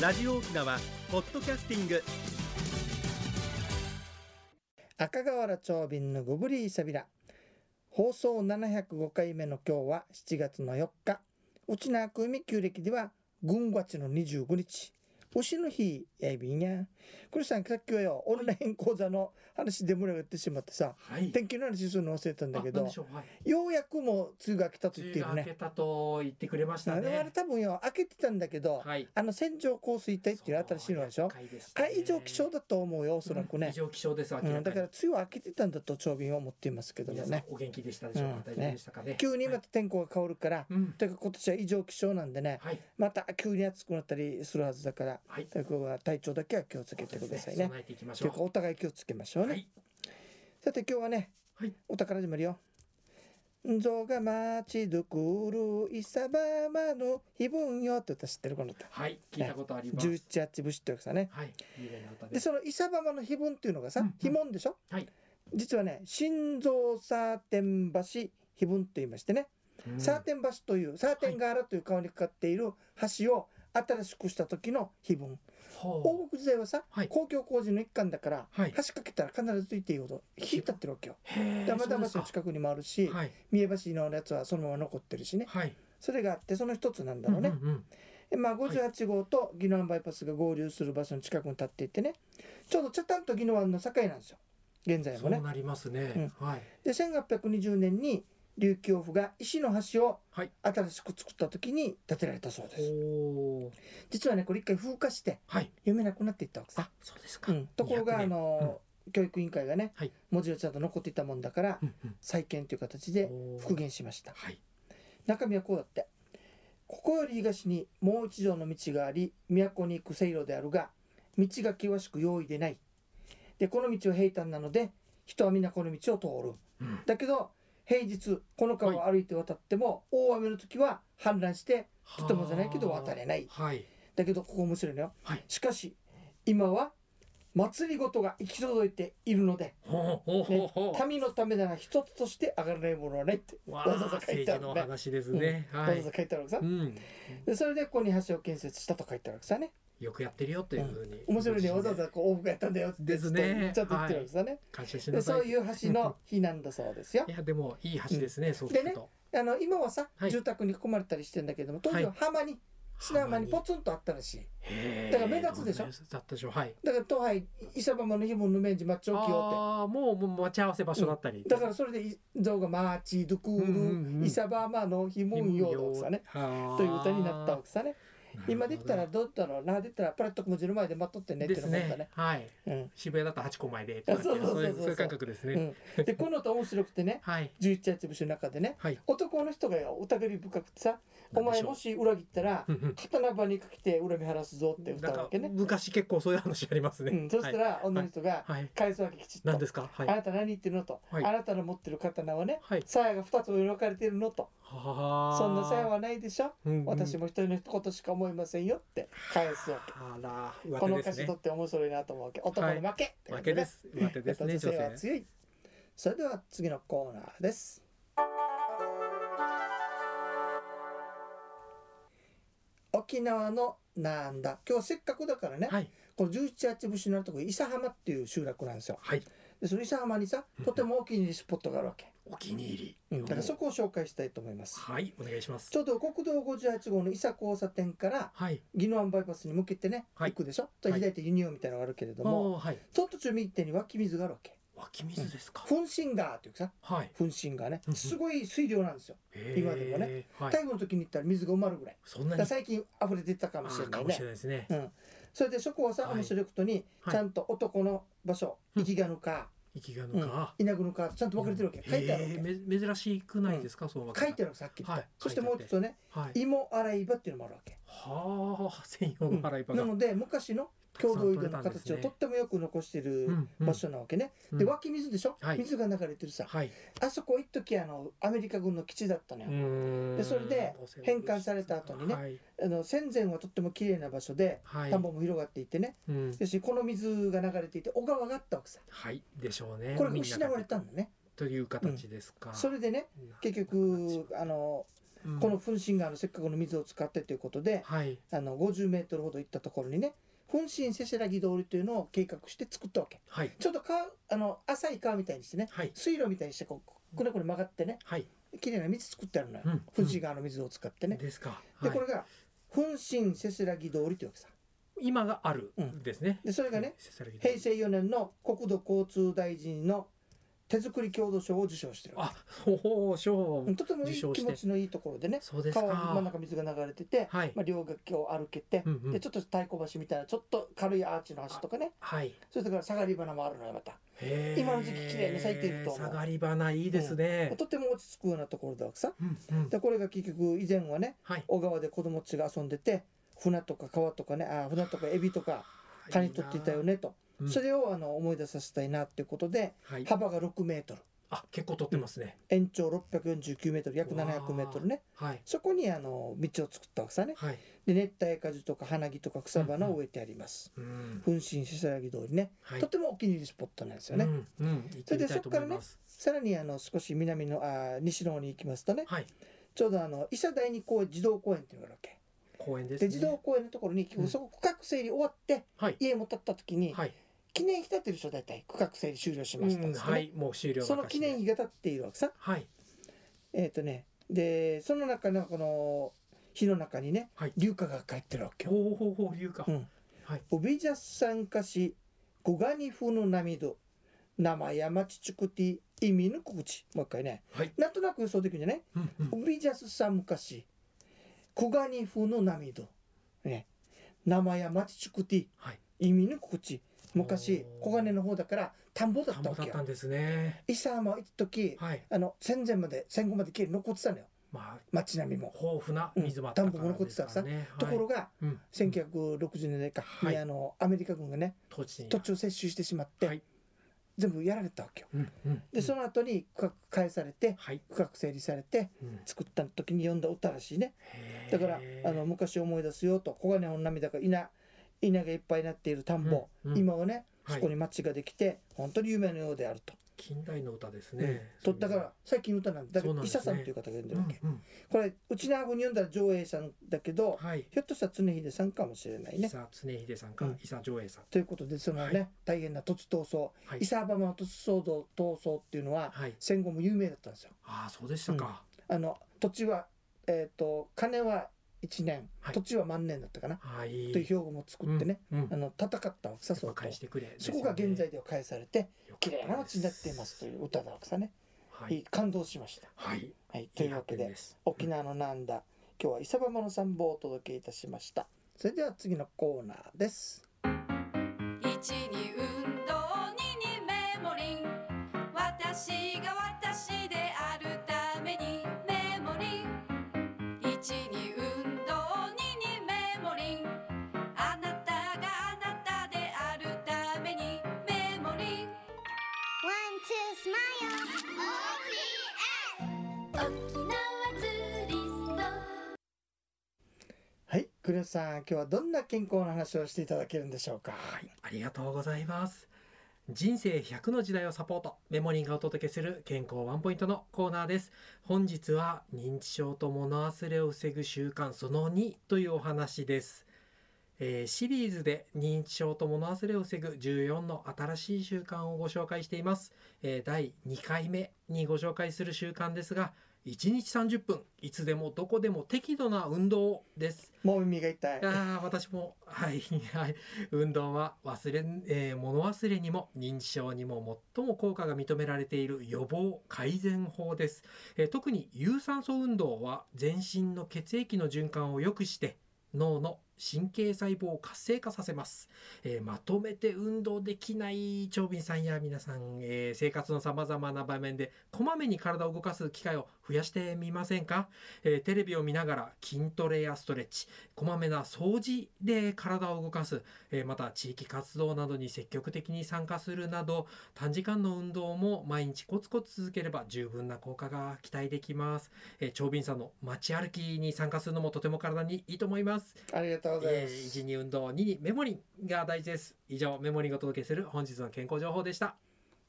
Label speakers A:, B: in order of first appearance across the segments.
A: ラジオ沖縄ポッドキャスティング
B: 赤瓦長瓶のゴブリーサビラ放送705回目の今日は7月の4日内縄久海旧暦では軍月の25日牛の日やいびんやクリスさんさっきはよオンライン講座の話で盛り上がってしまってさ
C: はい。
B: 天気の話するの忘れたんだけ
C: あ
B: ど
C: なんでしょうはい。
B: ようやくもう梅雨が来たと言
C: 梅
B: って
C: 雨
B: いる
C: が明け
B: ね
C: たと言ってくれました
B: あれあれ
C: ね。
B: 多分よ開けてたんだけど、
C: はい。
B: あの線状降水帯っていう新しいのでしょ
C: そう厄介でした
B: あ
C: ね
B: れ異常気象だと思うよおそらく
C: うん
B: ね
C: 異、常気象です。明
B: うん
C: ら
B: だ
C: かに
B: から梅雨は明けてたんだと長瓶は思っていますけども
C: 皆さん
B: ね
C: お元気でしたでしょうか。
B: うん
C: 大丈夫でしたかね。
B: 急にま
C: はい
B: た天候が変わるから、
C: うん。
B: というか今年は異常気象なんでね
C: はい。
B: また急に暑くなったりするはずだから
C: はい。
B: ということは体調だけは気をつけてくださいね
C: 備えていきまし
B: とい
C: ょ
B: うか
C: う。
B: お互い気をつけましょうね、
C: はい。
B: さて今日はね、
C: はい
B: お宝始まるよ「ぞがまちどくるいさばまのひぶんよ」って歌知ってるこの歌
C: はい。聞いたことあります。
B: 11八節というかさね
C: はい。有名な歌で。
B: ですその「いさばまの碑文」っていうのがさ
C: うんうん
B: 「碑文」でしょ、
C: はい
B: 実はね「心臓サーテン橋碑文」と言いましてね、
C: うん
B: サーテン橋というサーテン川原という川にかかっている橋を新しくした時の碑文、
C: ほ
B: 王国時代はさ、
C: はい
B: 公共工事の一環だから、
C: はい
B: 橋かけたら必ずついていいほど引いたってるわけよ。
C: う。へえ。
B: 玉
C: そう
B: 田
C: です
B: 橋の
C: か。
B: 近くにもあるし、
C: はい。
B: 三重橋のやつはそのまま残ってるしね
C: はい。
B: それがあってその一つなんだろうね、
C: うんうんうん。
B: でまあ、58号と宜野湾バイパスが合流する場所の近くに立っていてねちょうど北谷と宜野湾の境なんですよ現在
C: そ
B: も
C: う
B: ね
C: なりますね。はい。
B: で1820年に琉球王府が石の橋を
C: はい
B: 新しく作った時に建てられたそうです、
C: ほう。
B: 実はねこれ一回風化して
C: はい。
B: 読めなくなっていったわけさ
C: あ、そうです
B: う
C: か。
B: ん、ところが、
C: 200
B: あ
C: 年
B: の教育委員会がね、
C: はい
B: 文字がちゃんと残っていたもんだから
C: うんうん
B: 再建という形で
C: ほう
B: 復元しました
C: はい。
B: 中身はこうだってここより東にもう一条の道があり都に行く水路であるが道が険しく容易でないでこの道は平坦なので人は皆この道を通る
C: うん
B: だけど平日この川を歩いて渡っても、大雨の時は氾濫してとてもじゃないけど渡れない
C: はい。
B: だけどここ面白いのよ、
C: はい
B: しかし今は祭りごとが行き届いているので、
C: ほうほうほう
B: ね
C: ほう。
B: 民のためなら一つとして上がらないものはないってわ
C: わ
B: ざ
C: あ
B: わざ書いてあ
C: 政治
B: るの
C: の
B: ね、
C: 話ですね、
B: わ
C: は
B: ざわ
C: い
B: ざ、書いてあるわけさ、
C: うん、
B: でそれでここに橋を建設したと書いてあるわけさね
C: よくやってるよというふうに、
B: 面白いねわざわざこう往復やったんだよって
C: ですね
B: ちょっと言ってるわけさね、
C: 感謝し
B: で
C: なさ
B: そう
C: いい
B: いう橋の日なんだそうですよ
C: やでもいい橋ですね、そう聞くと、
B: あの今はさ、
C: はい
B: 住宅に囲まれたりしてんだけども当時は浜に、砂浜にポツンとあったらしい
C: へー
B: だから目立つでしょ
C: どんな様子だったでしょうはい
B: だから東海磯浜の日ものメンジマッチョキよっ
C: ああもうもう待ち合わせ場所だったり、
B: てだからそれでい像がマーチドゥク
C: うんうん
B: ー
C: うん
B: ル磯浜の日もんようださねと
C: と
B: いう歌になったわけさね今できたら
C: ね
B: どうだろうなできたらパラッと文字の前で待っとってねって
C: で
B: いう
C: す
B: のもあった
C: ね
B: ね
C: はい
B: うん
C: 渋谷だったら8個前で
B: あそうそうそうそう
C: とかっていそういう感覚ですね、
B: うんでこの歌面白くてね
C: はい
B: 11八部署の中でね
C: はい
B: 男の人がよ疑り深くてさ「お前もし裏切ったら
C: うんうん
B: 刀場にかけて恨み晴らすぞ」って歌
C: なん
B: うわ
C: か
B: けね、
C: 昔結構そういう話ありますね、
B: うん、そした
C: はい、
B: ら女の人が
C: はい、
B: 返すわけきちっと「
C: 何ですかは
B: あ
C: い
B: なた何言ってるの?」と「
C: はい
B: あなたの持ってる刀はね
C: はい
B: 鞘が2つも分かれてるの?」と「
C: そ
B: そんな鞘はないでしょ
C: うんうん
B: 私も一人のことしか思いませんよ」って返すわけ。
C: あら、上
B: この
C: 手で
B: 歌
C: す
B: 詞と
C: ね
B: っ。て面白いなと思うわけ男の負け、って
C: 負けで
B: ね
C: す。上手です ね、
B: やっぱ女
C: 女
B: 性は
C: 性。
B: 強いそれでは次のコーナーです沖縄のなんだ今日はせっかくだからね、
C: はい、
B: この11八節のとこ諫浜っていう集落なんですよ
C: はい、
B: でその諫浜にさとても大きいスポットがあるわけ、
C: お気に入
B: う
C: り。
B: んだからそこを紹介したいと思います
C: はい、お願いします
B: ち。ょうど国道58号の伊佐交差点から
C: はい、
B: 宜野湾バイパスに向けてね、
C: はい
B: 行くでしょと左手ユニオンみたいなのがあるけれども、
C: もう、はい、
B: ちょっと中右手に湧き水があるわけ
C: 湧き水ですか。
B: 噴水川というかさ
C: はい、
B: 噴水川ね
C: うんうん
B: すごい水量なんですよ今でも
C: ね。はい
B: 台、風の時に行ったら水が埋まるぐらい
C: そん
B: だか
C: なに。
B: ら最近溢れてったか
C: あ
B: もしれ
C: ー
B: な
C: か
B: い
C: もし
B: ね
C: れないですね
B: う。んそれでそこをさ
C: はい
B: 面白いことに
C: はい
B: ちゃんと男の場所
C: うん
B: 生きがのか
C: 息がのか。
B: 稲具のかちゃんと分かれてるわけ書いてあるわ
C: へーめ珍しくないですか、その
B: け書いて
C: る。
B: あるさっき言っ
C: は
B: た
C: い
B: そしてもう一つね
C: はい。
B: 芋洗い場っていうのもあるわけ
C: はあ、 専用
B: う
C: の
B: ん
C: 払い場
B: な
C: が。
B: ので昔の郷土井戸の形をとってもよく残して
C: う
B: る
C: んうん
B: 場所なわけね
C: うん
B: で湧き水でしょ
C: はい
B: 水が流れてるさ
C: はい。
B: あそこ一時あのアメリカ軍の基地だったのよで
C: で
B: それで返還された後にね
C: はい。
B: あの戦前はとっても綺麗な場所で
C: はい
B: 田んぼも広がっていてね、
C: うん
B: 要するにこの水が流れていて小川があったわけさ
C: はい、でしょうね。
B: これが失われたんだね
C: という形ですか。
B: それでね
C: な
B: 結局あの
C: うん
B: この噴疹があるせっかくの水を使ってということで、
C: はい
B: あの50メートルほど行ったところにね噴疹せせらぎ通りというのを計画して作ったわけ
C: はい
B: ちょっと川あの浅い川みたいにしてね
C: はい
B: 水路みたいにしてこうくねくね曲がってね
C: はい、
B: 綺麗な道作ってあるのよ、
C: うん
B: 富士川の水を使ってね、
C: ですか。
B: で
C: はい
B: これが噴疹せせらぎ通りというわけさ
C: 今がある
B: うん
C: ですね。
B: でそれがね、
C: うん
B: 平。成4年の国土交通大臣の手作り郷土賞を受賞してるわ
C: あ、おお、賞
B: けうんとてもい
C: 受
B: い
C: 賞
B: 気
C: し
B: 持
C: て
B: ちのいいところでね
C: そうです
B: 川の真ん
C: か。
B: 中水が流れてて、
C: はい
B: まあ、両崖を歩けて、
C: うんうん
B: でちょっと太鼓橋みたいなちょっと軽いアーチの橋とかね
C: はい。
B: それから下がり花もあるのよまた
C: へー
B: 今の時期綺麗に咲いていると思う
C: 下がり花いいですね。
B: とても落ち着くようなところだわけさ
C: うんうん。
B: でこれが結局以前はね
C: はい。
B: 小川で子供たちが遊んでて船とか川とかねあ船とかエビとかカニ取っていたよねと
C: うん。
B: それをあの思い出させたいなっていうことで
C: はい。
B: 幅が6メートル
C: あ、結構取ってますね。
B: 延長649メートル約700メートルね
C: はい。
B: そこにあの道を作ったわけさね
C: はい。
B: で熱帯果樹とか花木とか草花を植えてあります
C: うん。
B: 噴疹せせらぎ通りね
C: はい
B: と。てもお気に入りスポットなんですよ
C: う
B: ね
C: んうん。行ってみたいと思います。
B: さらにあの少し南のあー西の方に行きますとね
C: はい。
B: ちょうどあの伊佐第二公園児童公園っていうのがあるわけ
C: 公園です
B: で
C: ね。
B: 児童公園のところに
C: うん
B: そこ区画整理終わって
C: はい。
B: 家も建った時に
C: はい。
B: 記念碑建てる人大体区画整理終了しました
C: うんん
B: ですよね
C: はい。もう終了
B: その記念
C: 日。
B: 碑が建っているわけさ
C: はい。
B: えっ、とねでその中のこの火の中にね、
C: はい
B: 硫化が入ってるわけよ。
C: ほうほうほう、いうか
B: う。ん
C: はい。
B: オビジャス参加しゴガニフの涙生山ちちくて意味の告知もう一回ね
C: はい。
B: なんとなく予想できるんじゃない
C: うんうん
B: オビジャス参加しゴガニフの涙ね生山ちちくて
C: はい。
B: 意味の告知昔
C: おー
B: 小金の方だから田んぼだ
C: 田
B: っ
C: ん
B: た
C: ぼ
B: わ
C: だ
B: け
C: ったん
B: よ
C: ですね。
B: 伊佐も一時
C: はい。
B: あの戦前まで戦後まできれいに残ってたのよ
C: まあ、
B: 街並みも、
C: 豊富な水もあった
B: うん田んぼも残ってたさ
C: ね。
B: ところが
C: が、うん
B: 1960年代か、
C: はい
B: にあのアメリカ軍がね
C: 土地に。
B: 土地を接収してしまって、
C: はい
B: 全部やられたわけよ
C: うんうん。
B: でそ
C: の。
B: の後に区画返されて
C: はい。
B: 区画整理されて
C: うん
B: 作った時に読んだ歌らしいね
C: へー
B: だからあの昔を思い出すよと黄金の涙が稲稲がいっぱいになっている田んぼ、
C: うんうん
B: 今はね
C: はい
B: そこに町ができて、本当に夢のようであると、
C: 近代の歌ですね。
B: とだから最近の歌なんだけ
C: そう
B: ど、
C: なん
B: 伊
C: ですね
B: 佐さんという方が読んでるわけ、
C: うんうん
B: これうちなふに読んだら上映さんだけど、
C: はい。
B: ひょっとしたら常秀さんかもしれない
C: 伊
B: ね。
C: 佐恒秀さんか
B: うん、
C: 伊佐上映さん。
B: ということでそのね、大変な土地闘争
C: はい
B: 伊。佐浜の土地騒動闘争っていうのは
C: はい。
B: 戦後も有名だったんですよ。
C: ああ、そうでしたか。
B: あの土地は、えー、と金は1年、
C: はい
B: 土地は万年だったかな、
C: はい。
B: という標語も作ってね、
C: うん。うん。
B: あの戦ったわけさ
C: やっ
B: そう
C: ぱ返してくれです
B: そ
C: よ
B: こ
C: ね。
B: が現在では返されて
C: よか
B: 綺
C: ったです。
B: 麗な街になっていますという歌だわけさね、
C: はい
B: い
C: い。
B: 感動しました。
C: はい。
B: はい、というわけ
C: いい発見。
B: です沖縄のなんだ今日は伊佐浜の参謀をお届けいたしましたそれでは次のコーナーです
D: 一に運動二にメモリン私が私であるためにメモリン一に運動二にメモリンあなたがあなたであるためにメモリン
E: One, two, smile. OPS! 沖縄ツーリスト。
B: はい黒田さん今日はどんな健康の話をしていただけるんでしょうか
C: はい、ありがとうございます。人生100の時代をサポート、メモリンがお届けする健康ワンポイントのコーナーです。本日は認知症と物忘れを防ぐ習慣その2というお話です。えーシリーズで認知症と物忘れを防ぐ14の新しい習慣をご紹介しています。えー第2回目にご紹介する習慣ですが、1日30分、いつでもどこでも適度な運動をです。
B: もう耳が痛い
C: ああ、私も、はい、 はい。運動は忘れん、えー物忘れにも認知症にも最も効果が認められている予防改善法です。えー特に有酸素運動は全身の血液の循環を良くして脳の神経細胞を活性化させます、えーまとめて運動できない長敏さんや皆さん、えー生活のさまざまな場面でこまめに体を動かす機会を増やしてみませんか、えーテレビを見ながら筋トレやストレッチこまめな掃除で体を動かす、えーまた地域活動などに積極的に参加するなど短時間の運動も毎日コツコツ続ければ十分な効果が期待できます、えー、長敏さんの街歩きに参加するのもとても体にいいと思います
B: ありがとうございま
C: えー
B: す
C: 一に運動二にメモリンが大事です以上メモリンがお届けする本日の健康情報でした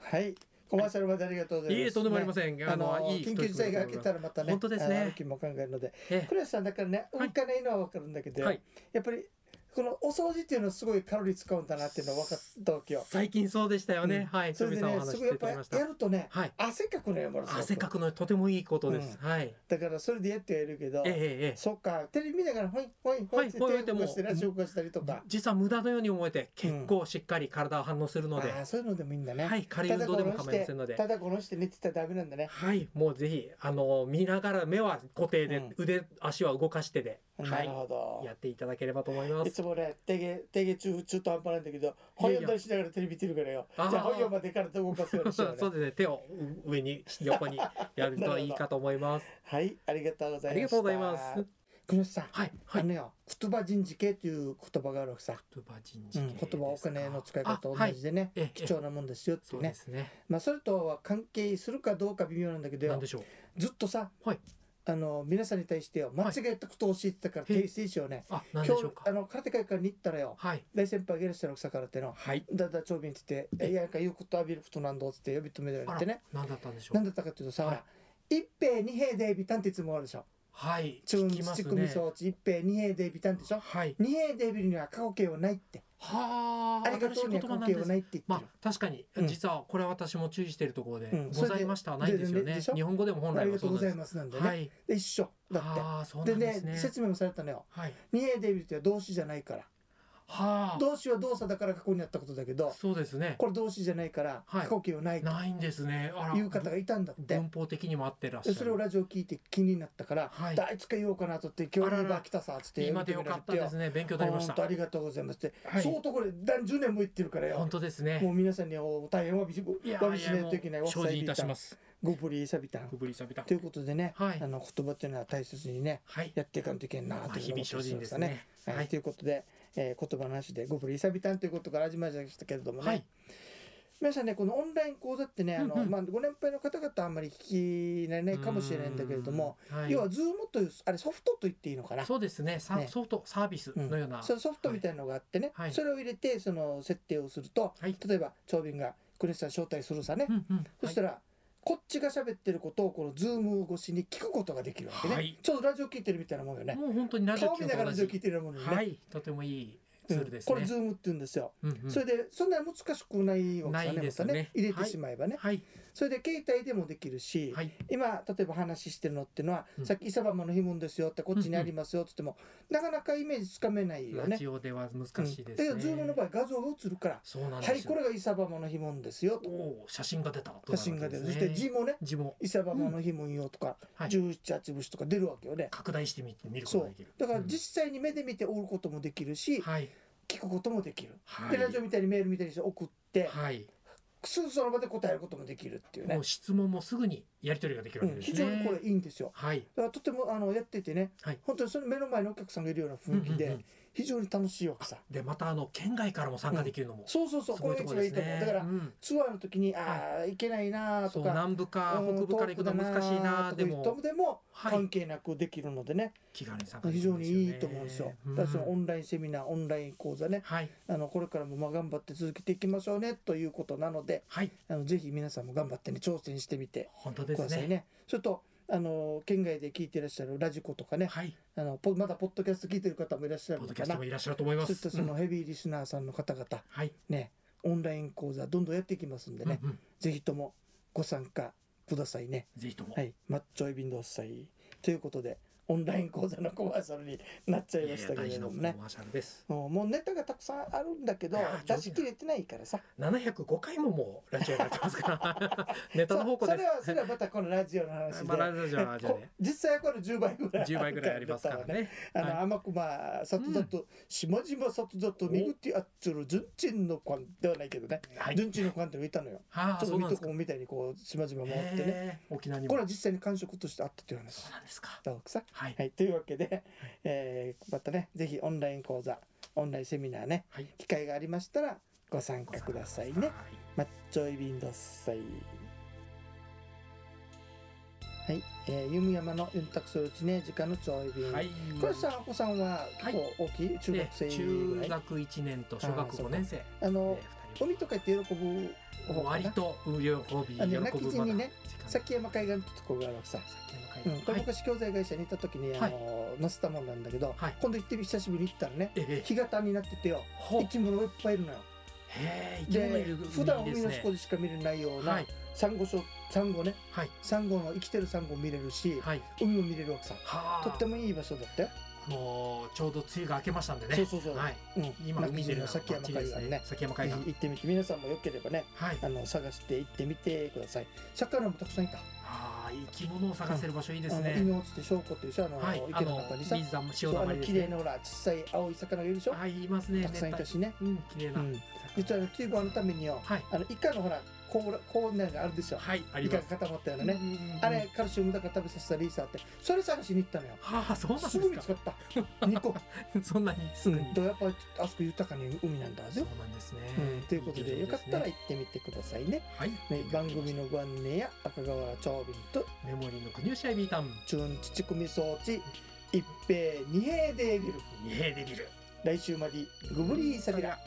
B: はいコマーシャルまでありがとうございます。
C: いえとんでもありません
B: ね
C: あ
B: あ
C: の
B: の
C: いい
B: 緊急事態が明けたらまたね、
C: 本当ですね
B: あの気も考えるので、
C: え
B: クレアさんだからね、
C: はい
B: 浮かないのはわかるんだけ
C: え
B: ど、
C: はい、
B: やっぱりこのお掃除っていうのはすごいカロリー使うんだなっていうのは分かったわけよ。
C: 最近そうでしたよね、
B: うん
C: はい
B: そ
C: ト
B: れで
C: ミさんお
B: ね、
C: 話
B: す
C: し
B: ご
C: し
B: い
C: て
B: や
C: い
B: ったぱり
C: だきました
B: やるとね、
C: はい
B: 汗かくのよ、ものすごく
C: 汗かくのとてもいいことです、はい
B: だからそれでやってはいるけど
C: ええ、えええ
B: そっか、テレビ見ながら、ほいほいほ
C: はいい
B: って
C: ほいほい
B: 手
C: で
B: を動か
C: も
B: してラジオ動かしたりと
C: え
B: か、
C: 実は無駄のように思えて結構しっかり体は反応する
B: あ
C: ので、
B: ーそういうのでもいいんだね。
C: はい軽い運動でも構いませんので
B: ただこのして寝てたらダメなんだね。
C: はい、もうぜひあの見ながら目は固定で、
B: うん
C: 腕足は動かしてで、は
B: なる
C: い、
B: ほど
C: や。っていただければと思いま
B: い
C: す。
B: つもね、手芸、手芸中、中途半端なんだけど、本読んだりしながらテレビ見てるからよ。
C: あー
B: じゃあ本読までから動かすようにし
C: そ
B: よ
C: う
B: う
C: で
B: ね。
C: すね、手を上に横にやるといいかと思います。
B: はい、ありがとうございました。
C: ありがとうございます。。
B: 黒瀬さん、
C: はい、は
B: あ
C: い。
B: のよ、言葉人事系という言葉があるわけさ。
C: 言葉人
B: う
C: 事
B: ん
C: 系
B: 言葉お金の使い方と
C: は
B: 同
C: い
B: じ、でね、
C: ええ
B: 貴重なもんですよって
C: そ
B: いうう
C: で
B: ね。
C: すね。
B: まあそれとは関係するかどうか微妙なんだけど
C: なん
B: よ
C: で、しょう。
B: ずっとさ、
C: はい
B: あの皆さんに対してよ間違えたことを教えてたから
C: はい
B: 訂正しようね。
C: あ、なん
B: 今
C: で
B: 日
C: しょう
B: あ
C: か。
B: の空手会館に行ったらよ、
C: はい、
B: 大先輩ゲラシタの草からっての。
C: はい。
B: だだ長瓶って言って「
C: え
B: いやなんか言うこと浴びることなんだ」っつって呼び止められ
C: あ
B: てね
C: ら、なんだったんでしょ
B: 何
C: う。
B: だったかっていうとさ、
C: はい
B: 一平二平でビタンっていつもあるでしょ
C: はい、
B: 中
C: 聞きま
B: 日
C: す
B: 組み
C: ね。
B: 装置一平二平でビタンでしょ
C: はい。
B: 二平でビるには過去形はないって
C: はあ、
B: ありがとうには
C: 新しい言
B: 過
C: 葉
B: 去
C: なん
B: 形
C: で
B: は
C: す
B: ないって言ってる、
C: まあ確かに、
B: うん
C: 実はこれは私も注意しているところで、
B: うんそ
C: ご
B: れで
C: ざいましたはないですよ
B: でで
C: ね
B: でしょ
C: 日本語でも本
B: あ
C: 来
B: り
C: は
B: がと
C: そうう
B: ござ
C: なんで
B: い
C: す
B: ますなんでね、
C: はい
B: で一緒だって
C: ああそうな
B: で
C: んです
B: ね
C: ね
B: 説明もされたのよ
C: はい
B: 二平でビるって動詞じゃないから
C: は
B: 動詞は動作だから過去にあったことだけ
C: あ
B: ど
C: そうですね
B: これ動詞じゃないから
C: はい
B: 過去形はないと
C: ないんですねあら
B: いう方がいたんだって、
C: 文法的にも合ってらっしゃ
B: で
C: る
B: それをラジオ聞いて気になったから「
C: はい
B: であいつか言おうかな」とって「今日
C: あら
B: の
C: ら
B: バ来たさ」つって
C: 今でよかったです
B: ね
C: ね勉強になりまし
B: 本
C: た
B: 当ありがとうございますって、
C: はい
B: 相当これ何十年も言ってるからよ
C: 本当ですね
B: もう皆さんにはお大変お詫びし
C: いや
B: お詫びしない
C: も
B: といけないう
C: 精進いたしますす
B: ゴブリサビタン
C: くぶりさびた
B: ということでね、
C: はい
B: あの言葉っていうのは大切にね
C: はい
B: やっていかんといけんな
C: まあ
B: という
C: 日
B: ふうに
C: 々
B: 思
C: 精
B: ってま
C: 進ですす
B: ね
C: ね
B: はい
C: はい
B: ということで、えー言葉の話でゴブリサビタンということから始まりましたけれどもね、
C: はい
B: 皆さんねこのオンライン講座ってねあの、
C: うんうん
B: まあ、ご年配の方々あんまり聞き慣れないかもしれないんだけれども、
C: うーんはい
B: 要はズームというあれソフトと言っていいのかな
C: そうですねさ
B: ね
C: ソフトサービスのような、
B: そのソフトみたいなのがあってね、
C: はい
B: それを入れてその設定をすると、
C: はい
B: 例えば長瓶が「クレスさん招待するさね」
C: うんうん
B: そしたら、こっちが喋ってることをこのズーム越しに聞くことができるわけね、
C: はい
B: ちょうどラジオ聞いてるみたいなもんよ
C: はい
B: ね
C: もう本当にラジオ
B: 顔見
C: 聞
B: ながらラジオ聞い
C: い
B: てるようなもんよね、
C: はいとてもいいツ
B: うん
C: ールですね、
B: これズームって言うんですよ、
C: うんうん
B: それでそんなに難しくないわけ
C: ない
B: で
C: ですす
B: よ
C: ね
B: ねまたね入れて
C: はい
B: しまえばね、
C: はい
B: それで携帯でもできるし、
C: はい
B: 今例えば話してるのってのは、
C: うん
B: さっき「イサバマの干物ですよ」ってこっちにありますよって言っても、なかなかイメージつかめないよ
C: ラ
B: ね
C: ジオでは難しいですね。
B: うんだけどズームの場合画像が映るから
C: そう
B: 「
C: なんです
B: は
C: よ。
B: いこれがイサバマの干物ですよ」と
C: おお写真が出たと
B: 写
C: な
B: 真
C: るわ
B: が
C: け
B: 出る
C: です
B: そ
C: ね。
B: して字もね
C: 字も
B: 「イサバマの干物よ」とか「
C: はい
B: 17節とか出るわけよね。
C: 拡大してみ見ること
B: そ
C: が
B: う
C: できる。
B: だから
C: うん
B: 実際に目で見ておることもできるし、
C: はい
B: 聞くこともできる。
C: はい
B: でラジオみたいにメールみたいにして送って、
C: はい
B: すぐその場で答えることもできるっていうね
C: もう、質問もすぐにやり取りができる
B: う
C: わけ
B: ん、
C: です
B: 非
C: ね。
B: 常にこれいいんですよ。
C: はい
B: だからとてもあのやっててね、
C: はい
B: 本当にその目の前のお客さんがいるような雰囲気
C: うんうん
B: で
C: うん
B: 非常に楽しいわけさ、
C: でまたあの県外からも参加できるのもす
B: そうそうそうこ
C: ごい
B: れが一
C: ところ
B: 番いい
C: です
B: と思う
C: ね。
B: だから、
C: うん
B: ツアーの時にああいけないなー
C: そ
B: と
C: う
B: か
C: 南部か北部から行くのは難しいなでも
B: でも
C: はい
B: 関係なくできるのでね、
C: 気軽に参加で
B: 非
C: きる
B: 常
C: んで
B: に
C: すよ
B: い
C: ね。
B: いと思うんですよ、だからその
C: う
B: オ
C: ん
B: ンラインセミナーオンライン講座ね
C: はい
B: あのこれからもまあ頑張って続けていきましょうねということなので
C: はい
B: あのぜひ皆さんも頑張ってね挑戦してみて
C: 本当
B: く
C: で
B: だ
C: す
B: さいね
C: ね。
B: それとあの県外で聞いていらっしゃるラジコとかね
C: はい
B: あのポまだポッドキャスト聞いてる方もいらっしゃる
C: ポッ
B: の
C: ドキ
B: か
C: ャスト
B: な
C: もいらっしゃると思いま
B: そ
C: す。
B: してそうの
C: ん
B: ヘビーリスナーさんの方々
C: はい
B: ねオンライン講座どんどんやっていきますんでね、
C: うんうん
B: ぜひともご参加くださいね。
C: ぜひとも。
B: はい、マッチョイビンドウ祭ということでオンライン講座のコマーシャルになっちゃいましたけれども
C: いや
B: ね
C: いや大事なコ。マーシャルです。
B: もうもうネタがたくさんあるんだけど
C: いや
B: 出し切れてないからさ
C: 705回ももうラジオやってますから。 ネタの方向
B: そ
C: で
B: うそれはそ れはまたこのラジオの話で、
C: まあラジオの話で
B: こ実際はこれ10倍ぐらい
C: す。10倍ぐらいありますからね。
B: あの、天
C: はい
B: 熊里里、島島里里、みぐってあっちゅる、純珍の官ではないけどね。
C: はい
B: 純珍の官っていうのがいたのよ。
C: ああ、
B: ちょっ
C: そ
B: と
C: う
B: 水
C: な
B: 戸
C: んです
B: 黄。
C: か
B: 門みたいにこう、島々回ってね。
C: へー沖縄に
B: こ
C: も
B: れ。は実際に感触としてあったという
C: そ
B: 話
C: う。なんですか。
B: だわけさ。
C: はい。
B: はい、というわけで、えーまたね、ぜひオンライン講座、オンラインセミナーね、
C: はい
B: 機会がありましたら、ご参加くださいね。
C: は
B: マッチョイビンドッサイ。はい、えー、ユムヤマのユンタクソルチネ時間のちょいビン。
C: はい。
B: これさんお子さんは結構大きい、中学生
C: で
B: ぐ
C: 中
B: らい
C: 学一年と小学
B: あー
C: 五年生。
B: あ
C: で
B: の
C: 二人
B: 海とか言って喜ぶ方かな
C: 割と喜び喜
B: あの
C: ぶ
B: ね泣き地
C: まだ
B: にね
C: 時間
B: 崎山海岸ってとこがあるわけさ、う
C: 先の
B: ん、こ
C: 会
B: れ
C: はい
B: 昔教材会社にいた時にあの、乗せたもんなんだけど、
C: はい
B: 今度行って久しぶりに行ったらね
C: ええ
B: 干潟になっててよ
C: ほ
B: 生き物がいっぱいいるのよ
C: へえ生き物い
B: で
C: る
B: 普段
C: いい
B: 海
C: です
B: の
C: ね
B: 底でしか見れないよう
C: は
B: ないサンゴ礁サンゴね
C: はい
B: サンゴの生きてるサンゴ見れるし
C: はい
B: 海も見れるわけさ
C: はあ
B: とってもいい場所だったよ、
C: もうちょうど梅雨が明けましたんでね
B: そうそうそう、
C: はい
B: うん、
C: 今
B: 中
C: 海出
B: 島
C: る
B: の
C: の
B: 崎山海
C: 街で
B: 岸
C: す
B: ね
C: ね崎山
B: ぜ
C: 海岸
B: ひ行ってみて皆さんもよければね
C: はい
B: あの探して行ってみてください魚もたくさんいた
C: ああ生き物を探せる場所いいです
B: あの
C: ね
B: 犬落ちて証拠っていうさあの、
C: はいあ
B: 池の
C: の
B: 中にさ
C: 水玉
B: そ
C: 塩
B: う
C: だ
B: あ
C: ま
B: の
C: りです
B: 綺麗
C: ね
B: なほら小さい青い魚がいるでしょ、
C: はいいますね
B: たくさんいた
C: 絶
B: しね
C: 対うん綺麗な
B: うん実
C: 魚
B: はあのキューバのためによ
C: はい
B: あのイカのほらこうこうなんかあるでしょ、
C: はいあ
B: イ
C: り
B: カ
C: ま
B: が
C: す
B: 固まったようなね、
C: うんうんうん
B: あれカルシウムだから食べさせたリーサーってそれ探しに行ったのよ
C: はあそうなんですす
B: ぐ見
C: か
B: つかった2個
C: そんなにすぐに
B: うんとやっぱりあそこ豊かに海なんだぜ
C: そうなんですね
B: うん、ということで
C: いい
B: よ
C: 情報
B: かっ
C: すね
B: たら行ってみてくださいね
C: はい
B: ね番組のご案内や赤瓦長瓶と
C: メモリーの国吉アイビータウン
B: 中日乳組装置一平二平デービル
C: 二平デビル
B: 来週までグブリーサビラ